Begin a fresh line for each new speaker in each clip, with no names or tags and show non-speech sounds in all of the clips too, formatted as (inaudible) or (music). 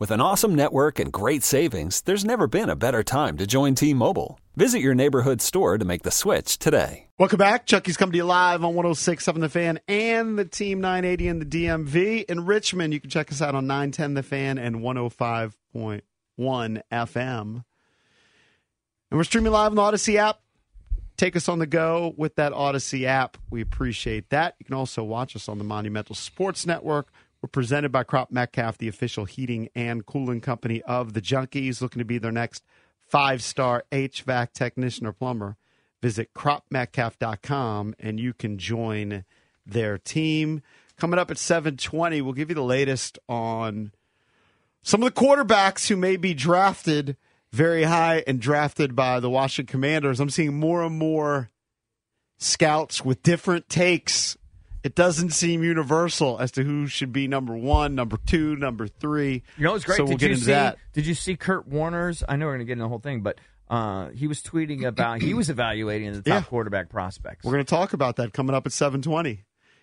With an awesome network and great savings, there's never been a better time to join T Mobile. Visit your neighborhood store to make the switch today.
Welcome back. Chucky's coming to you live on 1067 The Fan and the Team 980 in the DMV. In Richmond, you can check us out on 910 The Fan and 105.1 FM. And we're streaming live on the Odyssey app. Take us on the go with that Odyssey app. We appreciate that. You can also watch us on the Monumental Sports Network. We're presented by Crop Metcalf, the official heating and cooling company of the Junkies, looking to be their next five star HVAC technician or plumber visit cropmetcalf.com and you can join their team. Coming up at 7:20, we'll give you the latest on some of the quarterbacks who may be drafted very high and drafted by the Washington Commanders. I'm seeing more and more scouts with different takes. It doesn't seem universal as to who should be number one, number two, number three.
You know what's great?
So we'll
did
get
you
into
see?
that.
Did you see Kurt Warner's? I know we're going to get into the whole thing, but uh, he was tweeting about he was evaluating the top
Yeah.
quarterback prospects.
We're going to talk about that coming up at 7:20.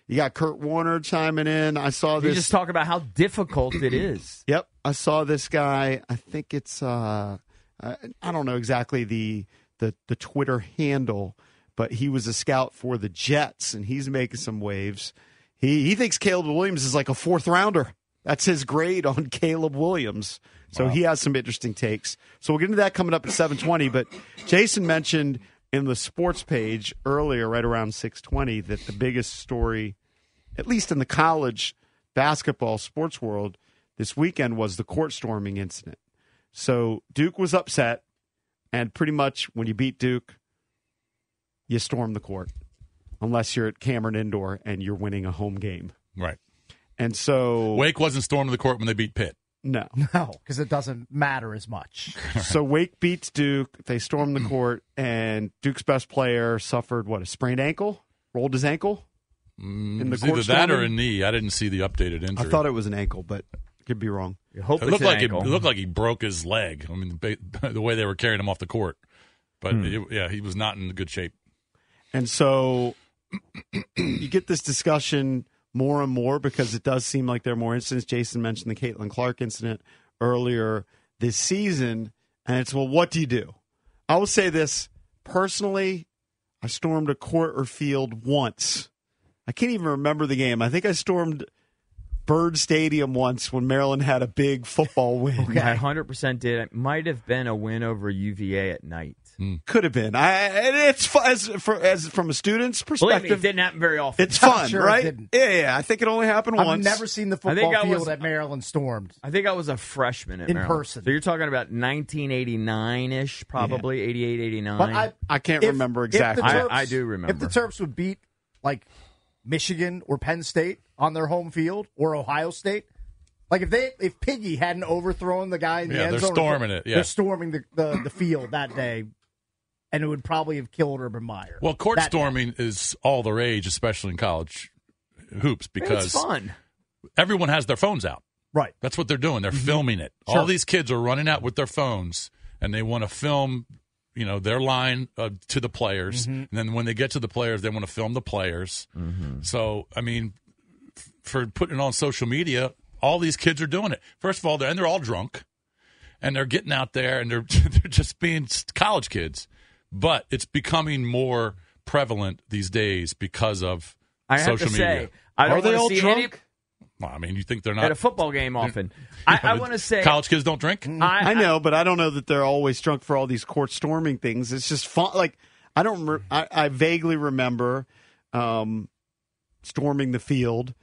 You got Kurt Warner chiming in. I saw
you
this.
just talk about how difficult it is.
Yep, I saw this guy. I think it's uh, I, I don't know exactly the the the Twitter handle, but he was a scout for the Jets, and he's making some waves. He he thinks Caleb Williams is like a fourth rounder. That's his grade on (laughs) Caleb Williams. So he has some interesting takes. So we'll get into that coming up at seven twenty. But Jason mentioned in the sports page earlier, right around six twenty, that the biggest story at least in the college basketball sports world this weekend was the court storming incident. So Duke was upset, and pretty much when you beat Duke, you storm the court, unless you're at Cameron Indoor and you're winning a home game.
Right.
And so
Wake wasn't storming the court when they beat Pitt.
(laughs)
(laughs)
no,
No, because it doesn't matter as much.
so Wake beats Duke. They stormed the court, and Duke's best player suffered what a sprained ankle, rolled his ankle.
In
the
Mm, it was either
court
that or a
storming?
knee. I didn't see the updated injury.
I thought it was an ankle, but could be wrong.
You hope
It
it's
looked
an
like
ankle.
it, looked like he broke his leg. I mean, ba- (laughs) the way they were carrying him off the court. But it- yeah, he was not in good shape.
And so (clears throat) you get this discussion more and more because it does seem like there are more incidents. Jason mentioned the Caitlin Clark incident earlier this season. And it's, well, what do you do? I will say this personally, I stormed a court or field once. I can't even remember the game. I think I stormed Bird Stadium once when Maryland had a big football win.
I hundred percent did. It might have been a win over UVA at night.
Mm. Could have been. I, and it's fu- as, for, as from a student's
Believe me, it
perspective.
didn't happen very often.
it's
I'm
fun,
sure it
right?
didn't.
Yeah, yeah. I think it only happened
I've
once.
never seen the
I
football
think I
field
was-
that Maryland stormed.
I think I was a freshman at
In
Maryland.
person.
So you're talking about 1989 ish, probably 88, 89.
But I,
I can't remember
the
exactly.
I- I do remember.
If the Terps would beat like Michigan or Penn State on their home field or Ohio State, like if they if Piggy hadn't overthrown the guy in the
Yeah,
end
they're
zone, or-
storming it, yeah.
they're storming the, the, the field that day, and it would probably have killed Urban Meyer.
Well, court
That-
storming is all the rage, especially in college
it's
hoops, because
fun.
everyone has their phones out.
right?
That's what they're doing. They're
Mm-hmm.
filming it. All these kids are running out with their phones and they want to film, you know, their line uh, to the players.
Mm-hmm.
And then when they get to the players, they want to film the players. So, I mean, f- for putting it on social media, all these kids are doing it. First of all, they're, and they're all drunk and they're getting out there and they're, (laughs) they're just being s- college kids. But it's becoming more prevalent these days because of
I have
social
to
media.
say, I don't
Are they
wanna
all
see
drunk?
any-
well, I mean, you think they're not.
at a football game (laughs) often. I, I
(laughs)
want to say Mm-hmm.
college kids don't drink?
I,
I know, but I don't know that they're always drunk for all these court storming things. It's just fun. Like I don't. Re- I, I vaguely remember um, storming the field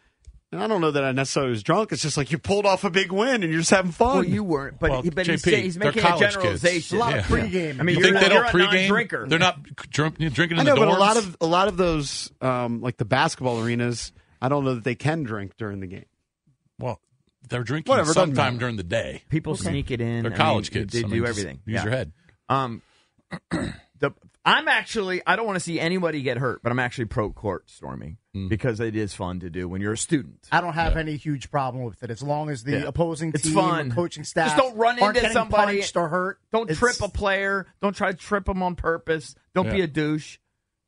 And I don't know that I necessarily was drunk. It's just like you pulled off a big win and you're just having fun.
Well, Oh, you weren't, but,
Well,
but he's,
JP,
saying- he's
they're
making a
college kids.
generalization.
A lot of Yeah.
pregame.
I mean,
You
you're,
think they
you're
don't
a
pregame?
non-drinker.
They're not drunk, drinking in
I know,
the dorms.
but a lot of a lot of those, um, like the basketball arenas, I don't know that they can drink during the game.
well, they're drinking
Whatever, doesn't
sometime
matter.
during the day.
People sneak it in.
They're
I
college
mean,
kids.
They
I
do
mean, just
everything.
Use
Yeah.
your head.
Um, the I'm actually I don't want to see anybody get hurt, but I'm actually pro court storming because it is fun to do when you're a student.
I don't have any huge problem with it as long as the
Yeah.
opposing
It's
team,
fun.
or coaching
Just
staff,
don't run
aren't
into
getting
somebody-
punched or hurt.
Don't
It's-
trip a player. Don't try to trip them on purpose. Don't be
Yeah.
a douche.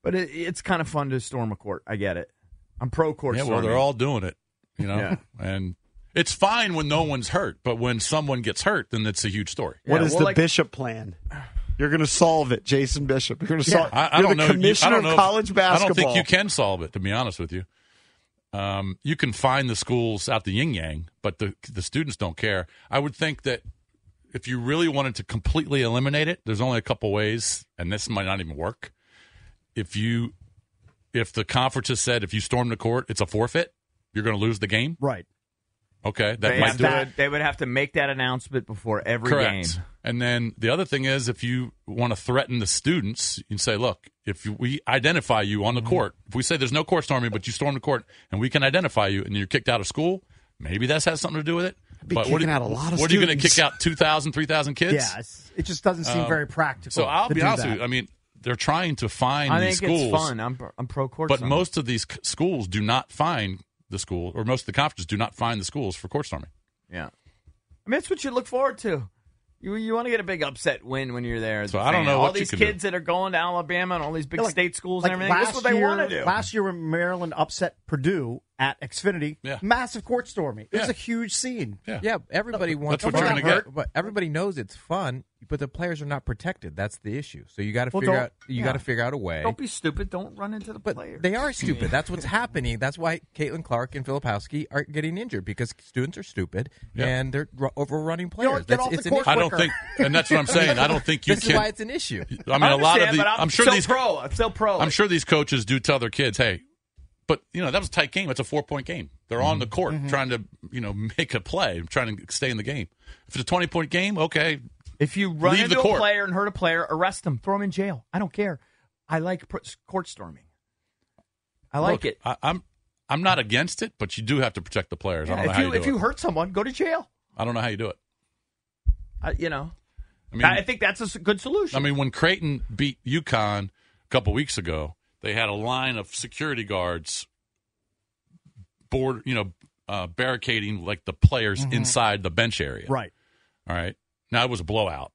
But it, it's kind of fun to storm a court. I get it. I'm pro court.
Yeah, well,
storming.
they're all doing it, you know.
Yeah.
And it's fine when no one's hurt, but when someone gets hurt, then it's a huge story.
Yeah,
what is
well,
the
like-
Bishop plan? You're going to solve it, Jason Bishop. You're going to solve.
I, I
you're
don't
the
know.
commissioner
I don't know
of
if-
college basketball.
I don't think you can solve it. To be honest with you, um, you can find the schools out the yin yang, but the the students don't care. I would think that if you really wanted to completely eliminate it, there's only a couple ways, and this might not even work. If you if the conference has said if you storm the court, it's a forfeit. You're going to lose the game.
Right.
Okay, that
They,
might
have
do it.
to, they would have to make that announcement before every
Correct.
game.
And then the other thing is, if you want to threaten the students, you can say, "Look, if we identify you on the court, if we say there's no court storming, but you storm the court, and we can identify you, and you're kicked out of school, maybe that has something to do with it."
be
but what are,
kicking
you-
out a lot of
what are you going to
students.
kick out 2,000, 3,000 kids?
Yeah. It's, it just doesn't seem very practical.
So I'll
to
be
do
honest
that.
with you. I mean, they're trying to find
I
these
think
schools,
it's fun. I'm I'm pro court.
but
storming.
most of these c- schools do not find the school, or most of the conferences do not find the schools for court storming.
Yeah. I mean, that's what you look forward to. You, you want to get a big upset win when you're there. as
So
a
I don't
fan.
know
all
what you
these
can
kids that are going to Alabama and all these big
Yeah, like-
state schools
like
and everything. That's what
last
they
year-
want to do.
Last year, when Maryland upset Purdue at Xfinity,
Yeah.
massive court storming. It was
Yeah.
a huge scene.
Yeah, everybody wants
what
fun,
you're gonna get.
right? But everybody knows it's fun, but the players are not protected. That's the issue. So you got to
Well,
figure
don't-
out you got to figure out a way.
Don't be stupid. Don't run into the
but
players.
they are stupid. That's what's happening. That's why Caitlin Clark and Filipowski are getting injured because students are stupid
Yeah.
and they're ru- overrunning
know
players.
what? Get
That's-
off the
it's an
court
issue.
I don't
Quicker.
think, and that's what
(laughs)
I'm saying. I don't think
(laughs)
you
This
can.
is why it's an issue.
I mean, a lot of
understand,
the.
but
I'm, sure
still
these
pro. I'm still pro.
I'm sure these coaches do tell their kids, "Hey, but you know that was a tight game. It's a four point game. They're on
Mm-hmm.
the court trying to you know (laughs) make a play, trying to stay in the game. If it's a twenty point game, okay,
If you run
Leave
into
the
a
court.
player and hurt a player, arrest them, throw them in jail. I don't care. I like pr- court storming. I like
look,
it.
I, I'm I'm not against it, but you do have to protect the players. I don't know
if
how
you,
you,
if
do
you
it.
hurt someone, go to jail.
I don't know how you do it.
I, you know,
I
I,
mean,
think that's a s- good solution.
I mean, when Creighton beat UConn a couple weeks ago, they had a line of security guards, board, you know, uh, barricading like the players
Mm-hmm.
inside the bench area.
Right.
All right. Now it was a blowout.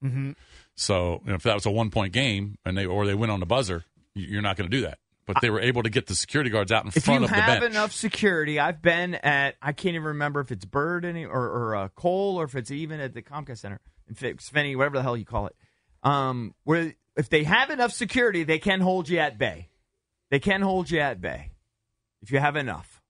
So you know, if that was a one point game and they or they went on the buzzer, you- you're not going to do that. But they were able to get the security guards out in
if
front
you
of the
have
bench.
enough security, I've been at I can't even remember if it's Bird any or, or uh, Cole or if it's even at the Comcast Center and Finney, whatever the hell you call it. Um, where if they have enough security, they can hold you at bay. They can hold you at bay if you have enough.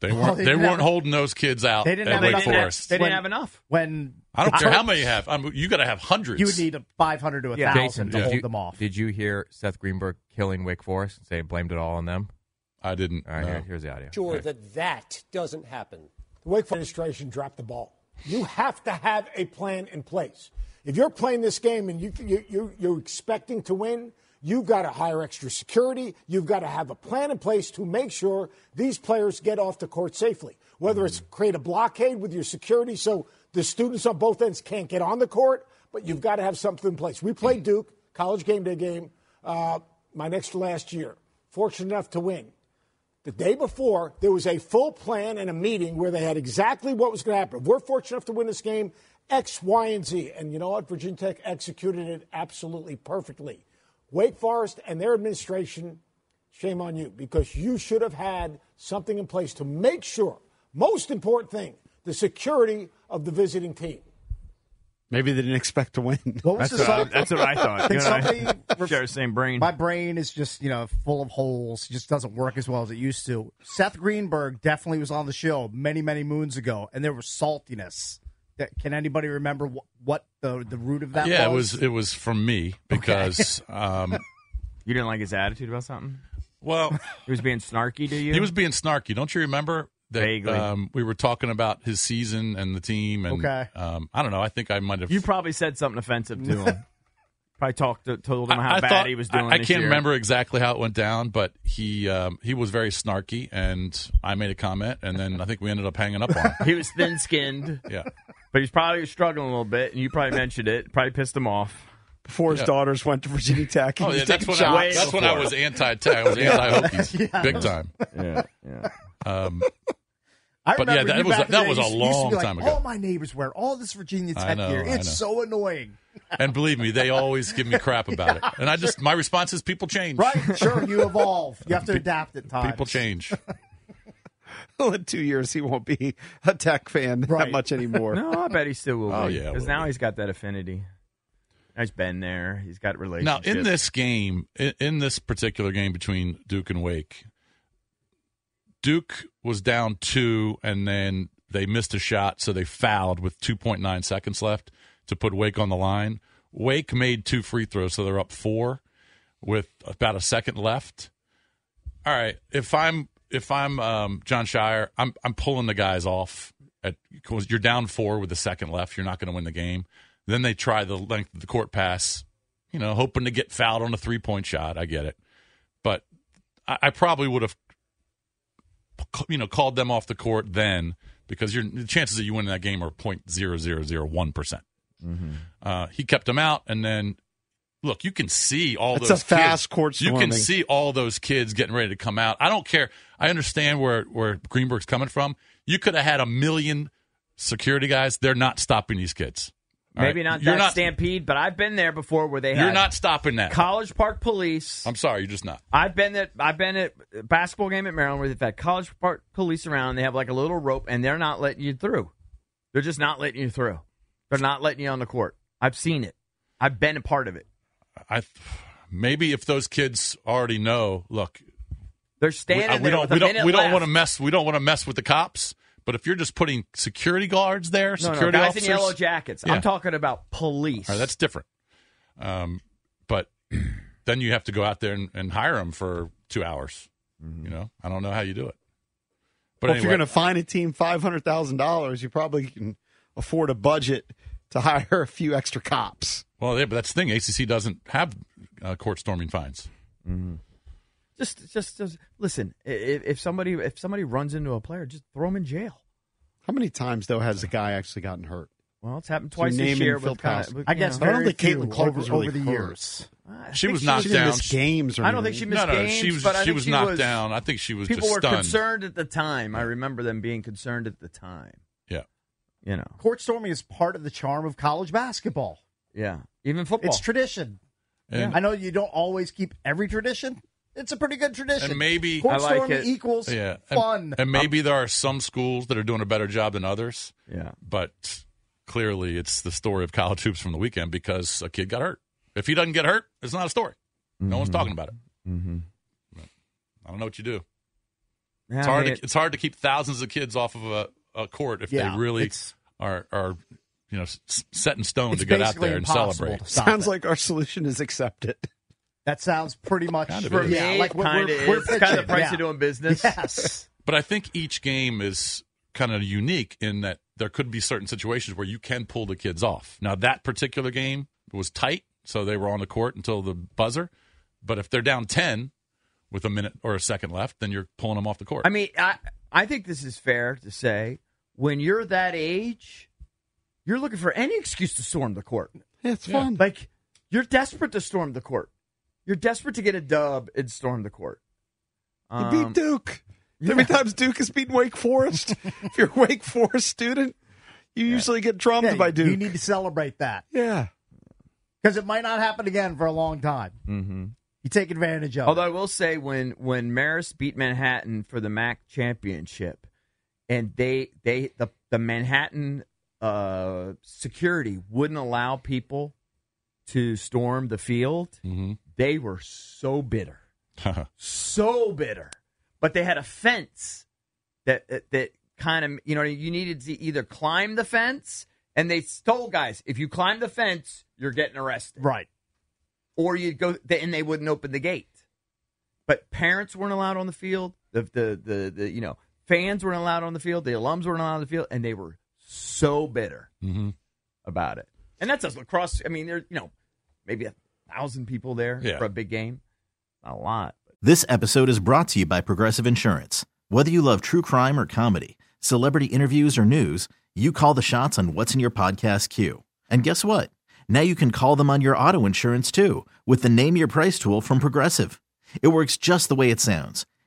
they
Well,
weren't.
they
They
didn't
weren't
have-
holding those kids out.
They didn't
at
have
Wake
enough-
they didn't, have,
Forest.
they didn't
When-
have enough.
When
I don't
the
care how
Terps-
many you have. I'm, you got to have hundreds.
You would need a 500 to a
Yeah.
1,000 to
Jason,
did
hold
you,
them off.
Did you hear Seth Greenberg killing Wake Forest and say blamed it all on them?
I didn't.
All right,
no.
here, here's the audio.
sure that that doesn't happen. The Wake Forest administration dropped the ball. You have to have a plan in place. If you're playing this game and you, you, you, you're expecting to win, you've got to hire extra security. You've got to have a plan in place to make sure these players get off the court safely. Whether it's create a blockade with your security so the students on both ends can't get on the court, but you've got to have something in place. We played Duke, college game day game, uh, my next to last year. Fortunate enough to win. The day before, there was a full plan and a meeting where they had exactly what was going to happen. We're fortunate enough to win this game, X, Y, and Z. And you know what? Virginia Tech executed it absolutely perfectly. Wake Forest and their administration, shame on you, because you should have had something in place to make sure, most important thing, the security of the visiting team.
Maybe they didn't expect to win.
What was the song?
what I thought.
Think somebody ref-
share the same brain.
My brain is just, you know, full of holes. It just doesn't work as well as it used to. Seth Greenberg definitely was on the show many, many moons ago, and there was saltiness. That, can anybody remember wh- what the, the root of that
Yeah,
was?
it was. It was from me because. um,
you didn't like his attitude about something.
well,
He was being snarky to you.
he was being snarky. Don't you remember? that
Vaguely.
um, we were talking about his season and the team. And
Okay.
um, I don't know. I think I might have.
You probably said something offensive to
(laughs)
him. probably talked to, told him how
I
bad
thought-
he was doing.
I, I
this
can't
year.
remember exactly how it went down, but he um, he was very snarky, and I made a comment, and then I think we ended up hanging up
(laughs)
on. him.
He was thin skinned,
(laughs) Yeah,
but he's probably struggling a little bit, and you probably mentioned it. Probably pissed him off.
Before his daughters went to Virginia Tech, he
oh
was
yeah, that's
taking
when I,
shots. (laughs)
that's when I was anti-tech. I
(laughs)
was anti-Hokies, big time.
Yeah, yeah.
Um,
I
But
remember
yeah, that
you
was-
back in
that
the
was
day,
a
you used to
long
be like,
time ago.
All my neighbors wear all this Virginia
I
Tech
know,
gear.
I
It's
know. (laughs)
so annoying.
and believe me, they always give me crap about it, and I just my response is people change.
Right? (laughs) Sure, you evolve. You have to adapt at times.
People change.
in two years he won't be a tech fan that
Right.
much anymore.
(laughs) No, I bet he still will.
Oh,
be,
yeah,
because
will
now
be.
he's got that affinity. Now He's been there. He's got
Now,
relationships.
in this game, in, in this particular game between Duke and Wake, Duke was down two, and then they missed a shot, so they fouled with 2.9 seconds left to put Wake on the line. Wake made two free throws, so they're up four with about a second left. All right, if I'm if I'm um, John Shire, I'm I'm pulling the guys off at because you're down four with a second left. You're not going to win the game. Then they try the length of the court pass, you know, hoping to get fouled on a three point shot. I get it, but I, I probably would have, you know, called them off the court then because your the chances that you win that game are point zero zero zero one percent.
Mm-hmm.
Uh, he kept them out, and then look, you can see all
It's
those
a fast
kids-
court
You can
storming.
see all those kids getting ready to come out. I don't care. I understand where where Greenberg's coming from. You could have had a million security guys. They're not stopping these kids. All
maybe
right?
not
You're
that stampede, but I've been there before where they
You're
had
not stopping that.
College Park Police.
I'm sorry, you're just not.
I've been at I've been at a basketball game at Maryland where they've had college park police around. And they have like a little rope, and they're not letting you through. They're just not letting you through. They're not letting you on the court. I've seen it. I've been a part of it.
I maybe if those kids already know, look,
They're
we, uh,
standing
we
there
don't
with a
we don't
minute
we don't
left.
want to mess we don't want to mess with the cops. But if you're just putting security guards there,
No, no,
security
guys
officers,
in yellow jackets.
Yeah.
I'm talking about police.
all right, that's different. Um, but (clears throat) then you have to go out there and, and hire them for two hours.
Mm-hmm.
You know, I don't know how you do it. But
well, if
anyway,
you're going to find a team five hundred thousand dollars, you probably can afford a budget to hire a few extra cops.
well, yeah, but that's the thing. ACC doesn't have uh, court storming fines.
just, just, just listen. i- i- If somebody if somebody runs into a player, just throw them in jail.
How many times though has a guy actually gotten hurt?
Well, it's happened twice
name
this
and
year. With
Phil
kind
Pass.
of,
I guess
I don't
very
think Caitlin
few
Clark
over,
was really
over the
hurt.
years.
She was
She
knocked
didn't
down.
miss games or
I don't think she
anything.
missed
no, no,
games.
she was
but I
she
think
was
she
knocked
was,
down. I think she was
people
just
were
stunned.
concerned at the time. I remember them being concerned at the time.
Yeah.
You know.
Court storming is part of the charm of college basketball.
Yeah. Even football.
It's tradition.
And-
I know you don't always keep every tradition. It's a pretty good tradition.
And maybe-
court
I like
storming
it.
equals
yeah, and-
fun.
And, maybe there are some schools that are doing a better job than others,
Yeah.
but clearly it's the story of college hoops from the weekend because a kid got hurt. If he doesn't get hurt, it's not a story. No one's talking about it. I don't know what you do.
Yeah,
It's
I
hard.
mean,
To, it's hard to keep thousands of kids off of a, a court if
Yeah,
they really
it's-
are are you know s- set in stone
it's
to get out
basically
there and
impossible
celebrate.
to stop
Sounds
it.
like our solution is accept it.
that sounds pretty much
Kind of
for
is.
yeah,
it
like what
kinda
we're,
is.
we're
It's kind of
pitching,
the price
yeah.
of doing business.
Yes.
But I think each game is kind of unique in that there could be certain situations where you can pull the kids off. Now that particular game was tight, so they were on the court until the buzzer. But if they're down ten with a minute or a second left, then you're pulling them off the court.
I mean, I I think this is fair to say. When you're that age, you're looking for any excuse to storm the court.
It's fun.
Like you're desperate to storm the court. You're desperate to get a dub and storm the court.
You beat
Um,
Duke. How many times Duke has beaten Wake
(laughs)
Forest? if you're a Wake Forest student, you usually get drummed
Yeah,
by Duke.
You need to celebrate that
yeah.
because it might not happen again for a long time. Mm-hmm. You take advantage of.
Although
it.
I will say, when when Marist beat Manhattan for the MAC championship, and they they the the Manhattan uh, security wouldn't allow people to storm the field, they were so bitter, so bitter. But they had a fence that that, that kind of you know you needed to either climb the fence, and they told guys if you climb the fence, you're getting arrested
right.
or you'd go th- and they wouldn't open the gate. But parents weren't allowed on the field. The the the, the you know Fans weren't allowed on the field. The alums weren't allowed on the field, and they were so bitter
Mm-hmm.
about it. And that's us lacrosse. I mean, there's you know maybe a thousand people there
Yeah.
for a big game. Not a lot.
This episode is brought to you by Progressive Insurance. Whether you love true crime or comedy, celebrity interviews or news, you call the shots on what's in your podcast queue. And guess what? Now you can call them on your auto insurance too with the Name Your Price tool from Progressive. It works just the way it sounds.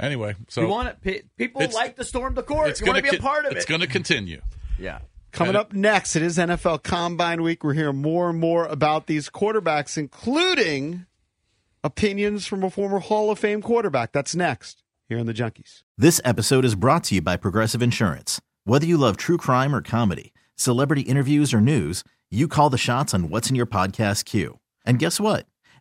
Anyway, so
you want it? pe- People
It's-
like to storm the court. you want to
gonna
be a
con-
part of it.
It's going to continue.
yeah.
Coming up next, it is NFL Combine Week. We're hearing more and more about these quarterbacks, including opinions from a former Hall of Fame quarterback. That's next here on the Junkies.
This episode is brought to you by Progressive Insurance. Whether you love true crime or comedy, celebrity interviews or news, you call the shots on what's in your podcast queue. And guess what?